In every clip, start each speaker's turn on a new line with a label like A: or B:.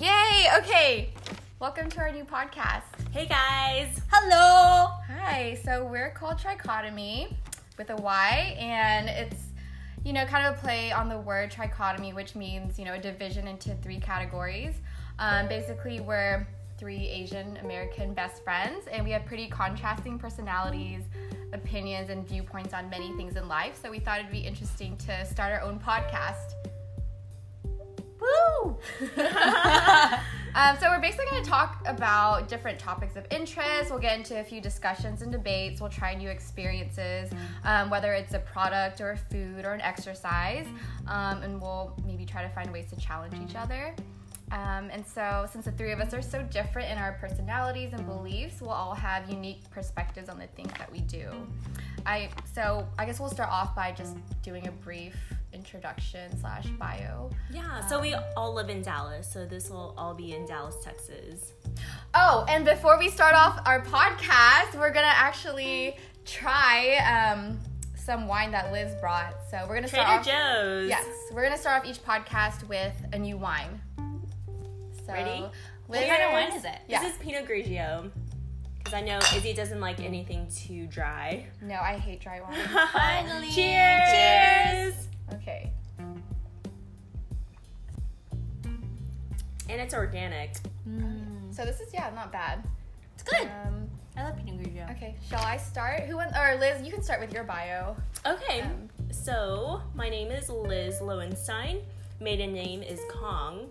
A: Hey, okay. Welcome to our new podcast.
B: Hey guys. Hello.
A: Hi. So we're called Trichotomy with a Y, and it's you know kind of a play on the word trichotomy, which means you know a division into three categories. Um, basically, we're three Asian American best friends, and we have pretty contrasting personalities, opinions, and viewpoints on many things in life. So we thought it'd be interesting to start our own podcast.
B: Woo.
A: Um, so we're basically going to talk about different topics of interest. We'll get into a few discussions and debates. We'll try new experiences, um, whether it's a product or a food or an exercise, um, and we'll maybe try to find ways to challenge each other. Um, and so, since the three of us are so different in our personalities and beliefs, we'll all have unique perspectives on the things that we do. I so I guess we'll start off by just doing a brief introduction slash bio.
B: yeah. So we all live in Dallas. So this will all be in Dallas, Texas.
A: Oh, and before we start off our podcast, we're gonna actually try um, some wine that Liz brought. So we're gonna
B: Trader
A: start off.
B: Joe's.
A: Yes, we're gonna start off each podcast with a new wine. So,
B: Ready?
A: Liz,
B: What kind of wine is it?
A: Yeah.
B: This is Pinot Grigio. Because I know Izzy doesn't like anything too dry.
A: no, I hate dry wine.
B: Finally.
A: Cheers.
B: Cheers.
A: Okay.
B: And it's organic.
A: So this is yeah, not bad.
C: It's good.
A: Um,
C: I love Pinot Grigio.
A: okay, shall I start? Who went? Or Liz, you can start with your bio.
B: Okay.
A: Um,
B: so my name is Liz Lowenstein. Maiden name is Kong.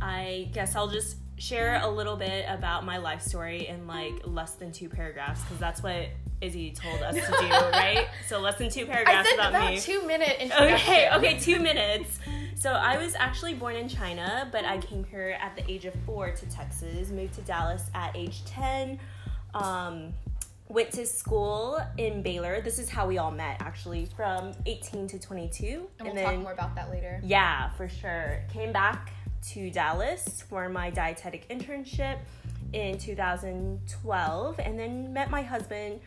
B: I guess I'll just share a little bit about my life story in like less than two paragraphs because that's what Izzy told us to do, right? So less than two
A: I
B: paragraphs
A: said
B: about,
A: about
B: me.
A: two minute introduction.
B: Okay, okay, two minutes. So I was actually born in China, but I came here at the age of four to Texas, moved to Dallas at age 10, um, went to school in Baylor. This is how we all met, actually, from 18 to 22.
A: And we'll talk more about that later.
B: Yeah, for sure. Came back to Dallas for my dietetic internship in 2012 and then met my husband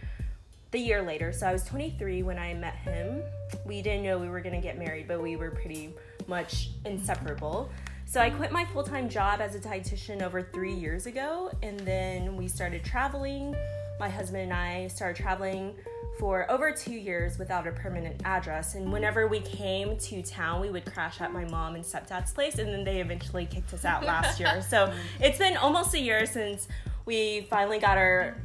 B: the year later. So I was 23 when I met him. We didn't know we were going to get married, but we were pretty much inseparable. So I quit my full time job as a dietitian over three years ago, and then we started traveling. My husband and I started traveling for over two years without a permanent address. And whenever we came to town, we would crash at my mom and stepdad's place, and then they eventually kicked us out last year. So it's been almost a year since we finally got our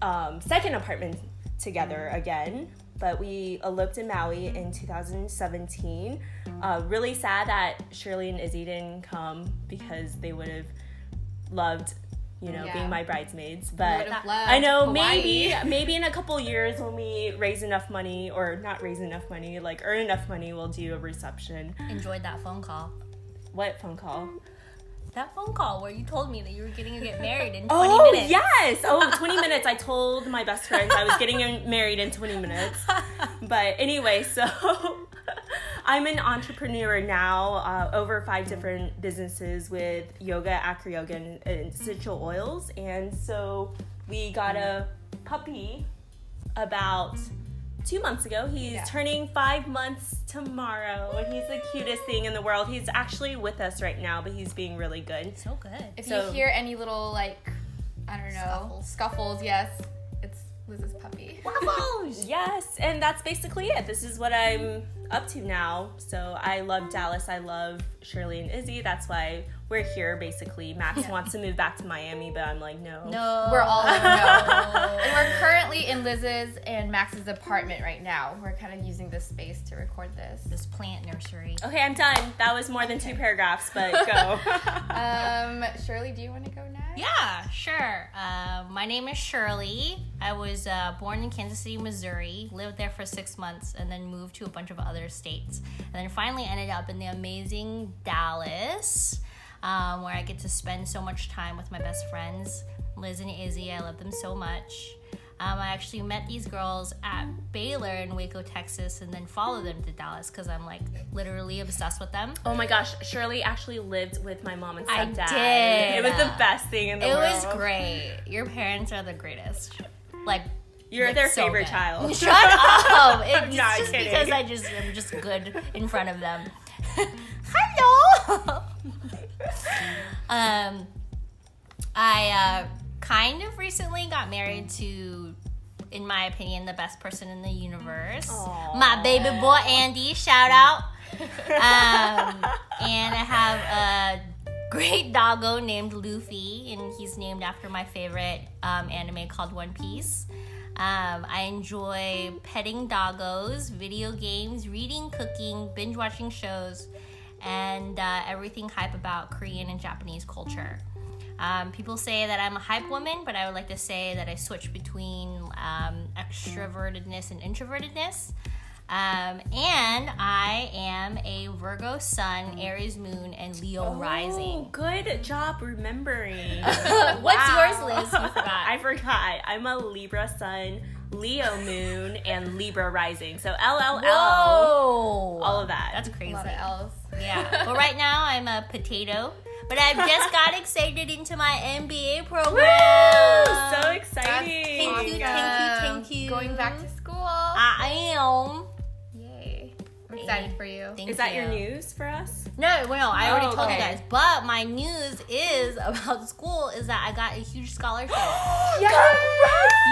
B: um, second apartment together again. But we eloped in Maui in 2017. Uh, really sad that Shirley and Izzy didn't come because they would have loved, you know,
A: Yeah.
B: being my bridesmaids. But
A: would've loved
B: I know
A: Hawaii.
B: maybe maybe in a couple years when we raise enough money or not raise enough money, like earn enough money, we'll do a reception.
C: Enjoyed that phone call.
B: What phone call?
C: That phone call where you told me that you were getting to get married in 20
B: Oh,
C: minutes.
B: yes. Oh, 20 minutes. I told my best friends I was getting married in 20 minutes. But anyway, so I'm an entrepreneur now, uh, over five different businesses with yoga, acro yoga, and, and essential oils. And so we got a puppy about two months ago. He's
A: Yeah.
B: turning five months tomorrow, and he's the cutest thing in the world. He's actually with us right now, but he's being really good.
C: So good.
A: If you
B: So-
A: hear any little like, I don't know, scuffles,
C: Scuffles.
A: yes, it's Liz's puppy.
B: Yes, and that's basically it. This is what I'm up to now. So I love Dallas. I love Shirley and Izzy. That's why we're here basically. Max wants to move back to Miami, but I'm like, no.
C: No.
A: We're all in no. and we're currently in Liz's and Max's apartment right now. We're kind of using this space to record this.
C: This plant nursery.
B: Okay, I'm done. That was more than two paragraphs, but go.
A: Um, Shirley, do you want to go next?
C: Yeah, sure. Uh, my name is Shirley. I was uh, born in Kansas City, Missouri, lived there for six months, and then moved to a bunch of other states. And then finally ended up in the amazing Dallas, um, where I get to spend so much time with my best friends, Liz and Izzy. I love them so much. Um, I actually met these girls at Baylor in Waco, Texas, and then followed them to Dallas because I'm like literally obsessed with them.
B: oh my gosh, Shirley actually lived with my mom and
C: I
B: stepdad.
C: did.
B: It was the best thing in the
C: It
B: world.
C: was great. Your parents are the greatest. Like
B: You're their
C: It's so
B: favorite
C: good.
B: child.
C: Shut up! It- It's
B: not
C: just
B: kidding.
C: because I just I'm just good in front of them. Hello. Um, I uh, kind of recently got married to, in my opinion, the best person in the universe.
B: Aw.
C: My baby boy Andy, shout out. Um, and I have a great doggo named Luffy, and he's named after my favorite um, anime called One Piece. Um, I enjoy petting doggos, video games, reading, cooking, binge watching shows, and uh, everything hype about Korean and Japanese culture. Um, people say that I'm a hype woman, but I would like to say that I switch between um, extrovertedness and introvertedness. Um, and I am a Virgo Sun, Aries Moon, and Leo
B: Oh,
C: Rising.
B: good job remembering.
C: What's
A: Wow.
C: yours, Liz? You forgot.
B: I forgot. I'm a Libra Sun, Leo Moon, and Libra Rising. So LLL. All of that.
C: Oh, That's crazy.
A: A lot of L's.
C: Yeah. Well, right now I'm a potato, but I've just got accepted into my MBA program.
B: Woo! So
A: That's
B: exciting.
C: Thank you, thank you, thank you.
A: Going back to school.
C: I am.
A: Yay. I'm excited for you.
C: Thank
B: Is that
C: you.
B: your news for us?
C: No, well, I already
B: Oh,
C: told you
A: okay.
C: guys. But my news is about school is that I got a huge scholarship.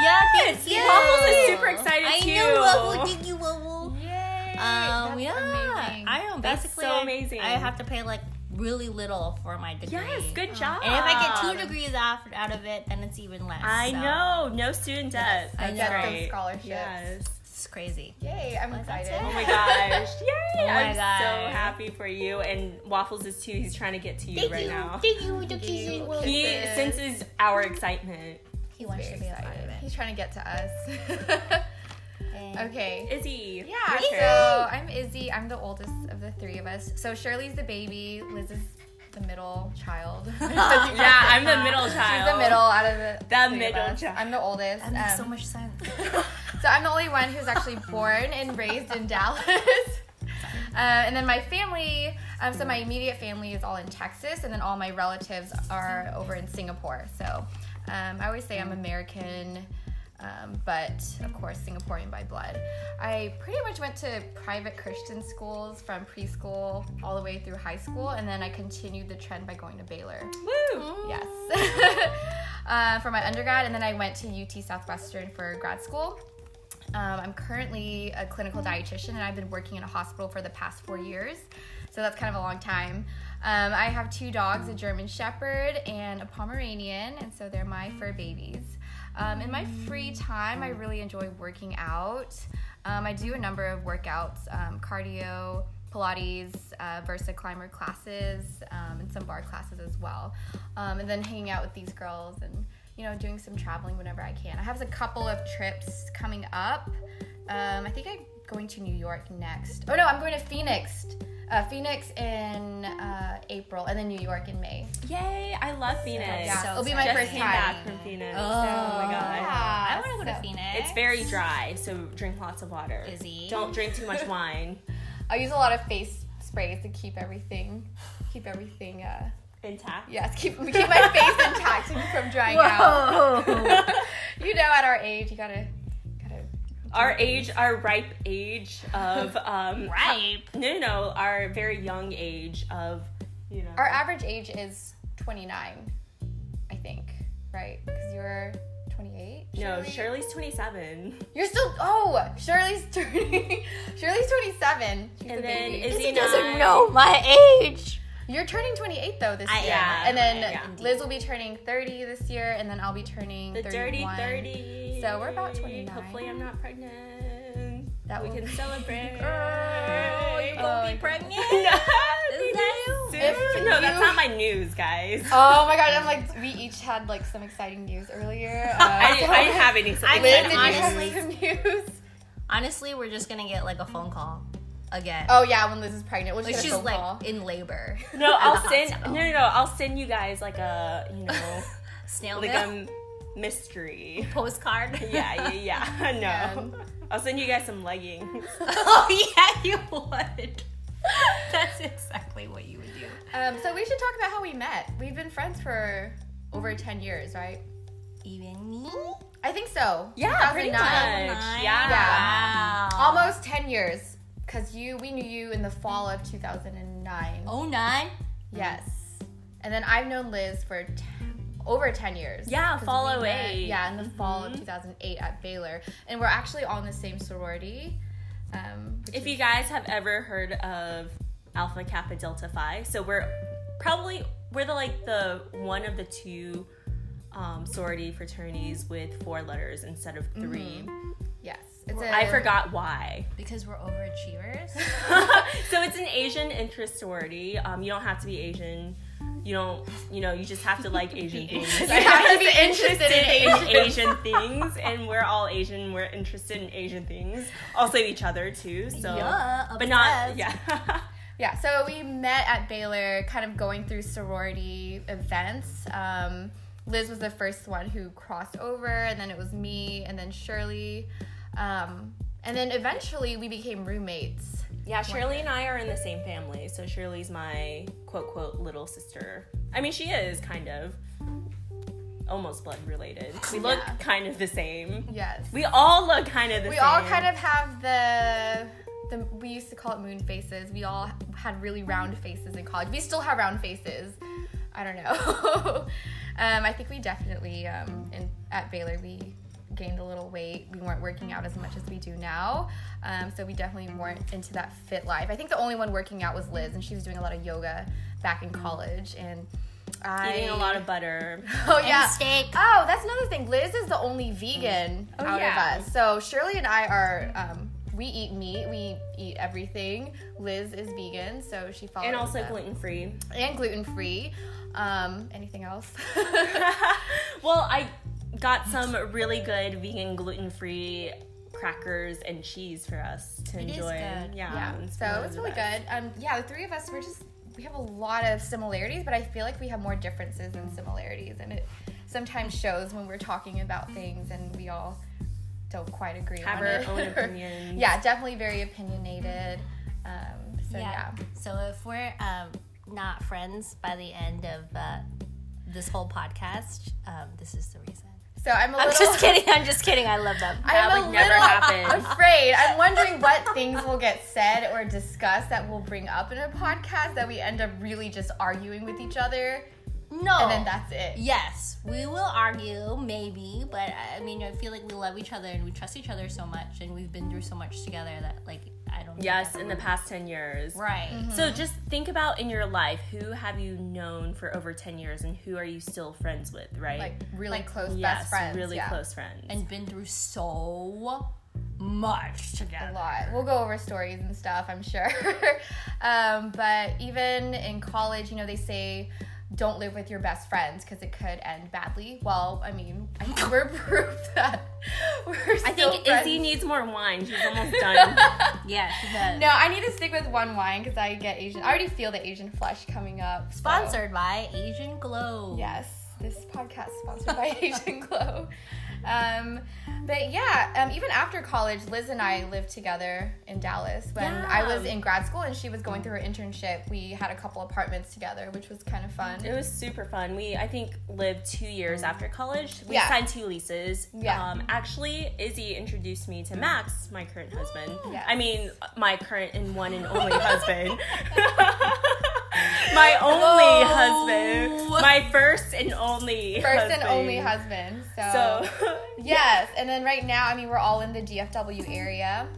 C: yeah, thank you.
B: Waffles is super excited
C: I
B: too.
C: know, Waffle, thank you, Waffle.
A: Yay.
C: Um,
A: That's
C: yeah,
A: amazing.
C: I am
B: That's
C: basically
B: so
C: I-
B: amazing.
C: I, have to pay like really little for my degree.
B: Yes, good job.
C: And if I get two degrees after, out of it, then it's even less.
B: I
C: so
B: know, no student debt.
C: I
B: That's
C: know. Get
A: those
B: great.
A: scholarships.
B: Yes.
C: It's crazy.
A: Yay, I'm
C: Well, that's
A: excited.
C: it.
B: Oh my gosh. Yay!
C: Oh my
B: I'm so
C: gosh.
B: happy for you. And Waffles is too. He's trying to get to you
C: Thank
B: right
C: you.
B: now.
C: Thank you. Thank
A: Thank
C: you.
A: you.
C: Well,
A: Thank
C: He,
A: you.
B: He
A: Yes.
B: senses our excitement.
C: wants
A: Very
C: to be a part of
A: excited.
C: it.
A: He's trying to get to us.
C: And-
A: okay.
B: Izzy.
A: Yeah,
B: your turn.
A: so I'm Izzy. I'm the oldest of the three of us. So Shirley's the baby, Liz is the middle child.
B: yeah, I'm the middle child.
A: She's the middle out of the, three
B: The
A: of
B: middle
A: us.
B: child.
A: I'm the oldest.
C: That makes
A: um,
C: so much sense.
A: so I'm the only one who's actually born and raised in Dallas. Uh, and then my family, um, so my immediate family is all in Texas, and then all my relatives are over in Singapore. So um, I always say I'm American, um, but of course Singaporean by blood. I pretty much went to private Christian schools from preschool all the way through high school, and then I continued the trend by going to Baylor.
B: Woo!
A: Yes. uh, for my undergrad, and then I went to UT Southwestern for grad school. Um, I'm currently a clinical dietitian, and I've been working in a hospital for the past four years, so that's kind of a long time. Um, I have two dogs, a German Shepherd and a Pomeranian, and so they're my fur babies. Um, in my free time, I really enjoy working out. Um, I do a number of workouts, um, cardio, Pilates, uh, Versa Climber classes, um, and some bar classes as well. Um, and then hanging out with these girls and you know doing some traveling whenever I can. I have a couple of trips coming up. Um, I think I'm going to New York next. Oh no, I'm going to Phoenix. Uh, Phoenix in uh, April, and then New York in May.
B: Yay! I love Phoenix.
A: Yeah,
C: So
A: it'll be my
B: Just
A: first
B: came
A: time.
B: back from Phoenix.
C: Oh.
B: Oh, my god.
A: Yeah,
C: I want to go to
A: so-
C: Phoenix.
B: It's very dry, so drink lots of water.
C: Izzy.
B: Don't drink too much wine
A: I use a lot of face sprays to keep everything, keep everything. Uh,
B: intact.
A: yes, keep keep my face intact and from drying out.
C: Whoa.
A: you know, at our age, you gotta gotta.
B: Our age, our ripe age of um
C: Ripe.
B: No, no, no, our very young age of you know.
A: Our average age is 29, I think, right? Because you're 28.
B: no,
A: Shirley?
B: Shirley's 27.
A: You're still. Oh, Shirley's turning. Shirley's 27. She's a
B: And then
A: baby.
B: Izzy
C: He
B: nine.
C: doesn't know my age.
A: You're turning 28 though this
C: I
A: year,
C: am,
A: and then
B: I am.
A: Liz will be turning 30 this year, and then I'll be turning
B: The
A: 31.
B: dirty 30.
A: So we're about 29.
B: Hopefully, I'm not pregnant.
A: That
B: we
A: will
B: can
A: be-
B: celebrate.
A: Girl, you
C: Gonna
A: Oh,
C: be pregnant.
B: Is
C: that you?
A: If
B: no,
A: you-
B: that's not my news, guys.
A: Oh my god! I'm like, we each had like some exciting news earlier. Uh,
B: I, didn't, I didn't have any.
C: I
A: Liz,
C: did,
A: did
B: exciting
A: you
C: honestly.
A: have some news?
C: Honestly, we're just gonna get like a phone call again.
A: Oh yeah, when Liz is pregnant, we'll
C: like
A: just
C: she's
A: get a phone
C: like
A: call.
C: in labor.
B: No,
C: At
B: I'll
C: the
B: send. No,
C: hospital.
B: no, no, I'll send you guys like a you know
C: snail
B: like
C: mail
B: a mystery.
C: postcard.
B: Yeah, yeah, yeah. No,
A: Man.
B: I'll send you guys some leggings.
C: oh yeah, you would. That's exactly what you would do.
A: Um, so we should talk about how we met. We've been friends for over 10 years, right?
C: Even me?
A: I think so.
B: Yeah, pretty
A: 2009.
B: much.
C: Mine?
B: Yeah.
C: Wow.
A: Almost 10 years, because you we knew you in the fall of 2009.
C: Oh nine.
A: Yes. And then I've known Liz for t- over 10 years.
B: Yeah,
A: 'cause
B: fall
A: we met-
B: away. Mm-hmm.
A: Yeah, in the fall of 2008 at Baylor. And we're actually all in the same sorority. Um, which
B: If you guys have ever heard of Alpha Kappa Delta Phi, so we're probably we're the like the one of the two um, sorority fraternities with four letters instead of 3
A: Mm-hmm. Yes. It's
B: I
A: a-
B: forgot why.
C: Because we're overachievers.
B: so it's an Asian interest sorority. Um, you don't have to be Asian. You don't. You know. You just have to like Asian things.
A: You have to be interested in Asian.
B: Asian things, and we're all Asian. We're interested in Asian things, also each other too. So,
C: Yeah,
B: but not
C: obsessed.
B: yeah.
A: Yeah, so we met at Baylor, kind of going through sorority events. Um, Liz was the first one who crossed over, and then it was me, and then Shirley. Um, and then eventually we became roommates.
B: Yeah, Shirley and I are in the same family. So Shirley's my quote quote little sister. I mean, she is kind of almost blood related. We look
A: Yeah.
B: kind of the same.
A: Yes.
B: We all look kind of the
A: We
B: same.
A: all kind of have the the we used to call it moon faces. We all had really round faces in college. We still have round faces. I don't know. um, I think we definitely um, in, at Baylor we gained a little weight. We weren't working out as much as we do now, um, so we definitely weren't into that fit life. I think the only one working out was Liz, and she was doing a lot of yoga back in college and. I,
B: eating a lot of butter.
A: oh yeah
C: steak.
A: Oh, that's another thing. Liz is the only vegan out
B: Mm-hmm. Oh, yeah.
A: of us. So Shirley and I are. Um, we eat meat. We eat everything. Liz is vegan, so she follows
B: And also
A: us.
B: gluten free.
A: and gluten free. Um, anything else?
B: well, I got some really good vegan gluten free crackers and cheese for us to
C: is
B: enjoy.
C: good.
B: Yeah.
A: yeah. Um, So it's
B: the
A: really
B: best.
A: good. Um, yeah, the three of us we're just we have a lot of similarities, but I feel like we have more differences than similarities, and it sometimes shows when we're talking about things and we all don't quite agree
B: Have
A: on
B: our
A: it.
B: own opinions.
A: yeah, definitely very opinionated. Um, so yeah.
C: So if we're um, not friends by the end of uh, this whole podcast, um, this is the reason.
A: So I'm a
C: I'm
A: little.
C: just kidding. I'm just kidding. I love them.
A: I'm
B: That
A: a
B: would never
A: little
B: happen.
A: afraid. I'm wondering what things will get said or discussed that we'll bring up in a podcast that we end up really just arguing with each other,
C: No.
A: and
B: Oh.
A: then that's it.
C: Yes, we will argue, maybe, but uh, I I mean, I feel like we love each other and we trust each other so much, and we've been through so much together that, like, I don't. think
B: Yes,
C: that-
B: in the past 10 years.
C: Right.
B: So just think about in your life who have you known for over 10 years and who are you still friends with, right?
A: Like really close
B: yes,
A: best friends.
B: really
A: yeah.
B: close friends.
C: And been through so much
A: A
C: together.
A: lot. We'll go over stories and stuff, I'm sure. um, but even in college, you know, they say don't live with your best friends because it could end badly. Well, I mean, I think we're proof that we're
B: I
A: still
B: think
A: friends.
B: Izzy needs more wine. She's almost done.
C: Yeah. she does.
A: No, I need to stick with one wine because I get Asian. I already feel the Asian flush coming up. so-
C: Sponsored by Asian Glow.
A: Yes, this podcast is sponsored by Asian Glow. Um, but yeah, um, even after college, Liz and I lived together in Dallas when
B: Yeah.
A: I was in grad school and she was going through her internship. We had a couple apartments together, which was kind of fun.
B: It was super fun. We I think lived two years after college. We
A: Yeah.
B: signed two leases.
A: Yeah.
B: Um, actually, Izzy introduced me to Max, my current husband.
A: Yes.
B: I mean, my current and one and only husband. my
A: Oh.
B: only husband. My first and only.
A: First and only husband. So,
B: So
A: yes, and then right now, I mean, we're all in the DFW area.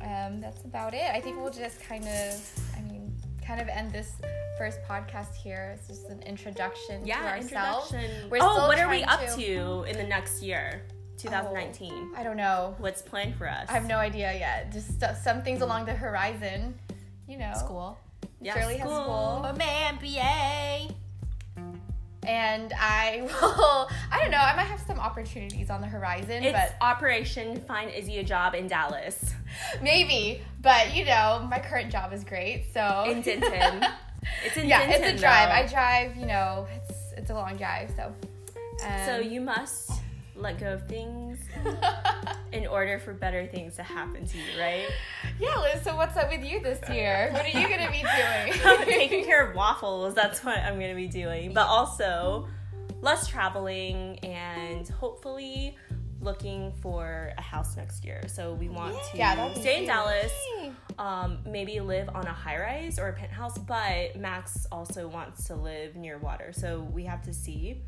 A: Um, that's about it. I think we'll just kind of, I mean, kind of end this first podcast here. It's just an introduction to
B: yeah,
A: ourselves.
B: introduction.
A: We're
B: oh,
A: still
B: what are we
A: trying
B: up to... in the next year, 2019?
A: I don't know.
B: What's planned for us?
A: I have no idea yet. Just stu- some things along the horizon, you know.
C: School.
B: Yeah,
A: Shirley has school.
C: For my MBA.
A: And I will. I don't know. I might have some opportunities on the horizon,
B: It's
A: but
B: Operation Find Izzy a Job in Dallas.
A: maybe. But you know, my current job is great, so.
B: In Denton. It's in
A: yeah,
B: Denton.
A: it's a drive.
B: though.
A: I drive. You know, it's it's a long drive, so. Um,
B: So you must let go of things in order for better things to happen to you, right?
A: yeah, Liz. So what's up with you this year? What are you gonna be doing?
B: Taking care of waffles, that's what I'm gonna be doing. But also less traveling and hopefully looking for a house next year. So we want to
A: Yeah, that'd be
B: stay in
A: huge.
B: Dallas, um, maybe live on a high rise or a penthouse, but Max also wants to live near water. So we have to see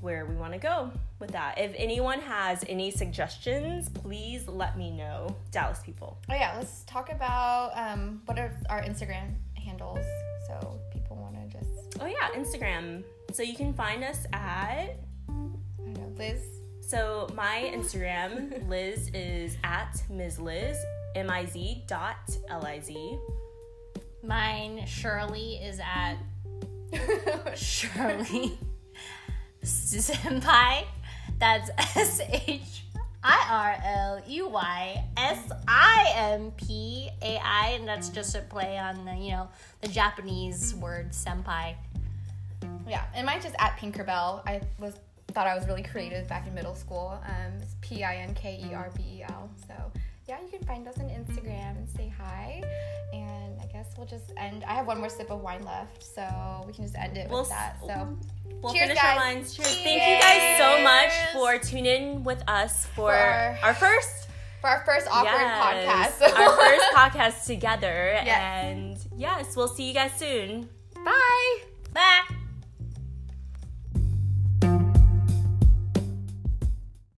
B: where we want to go with that. If anyone has any suggestions, please let me know. Dallas people.
A: Oh yeah, let's talk about um, what are our Instagram handles so people want to just
B: Oh yeah, Instagram. So you can find us
A: I
B: at
A: don't know Liz.
B: So my Instagram, Liz is at Ms. Liz, M I Z dot L I Z.
C: Mine, Shirley, is at Shirley Senpai. That's S H I R L E Y S I M P A I, and that's just a play on the, you know the Japanese word senpai.
A: yeah, and mine just at Pinkerbell. I was thought I was really creative back in middle school. Um, it's P I N K E R B E L. So yeah, you can find us on Instagram and say hi. And I guess we'll just end. I have one more sip of wine left, so we can just end it
B: We'll
A: with that.
B: s-
A: So
B: We'll
A: Cheers,
B: finish
A: guys.
B: our lines. Cheers. Thank you guys so much for
A: Cheers.
B: tuning in with us for,
A: For-
B: our first
A: for our first awkward
B: yes,
A: podcast,
B: our first podcast together.
A: Yes.
B: And yes, we'll see you guys soon.
A: bye.
C: Bye.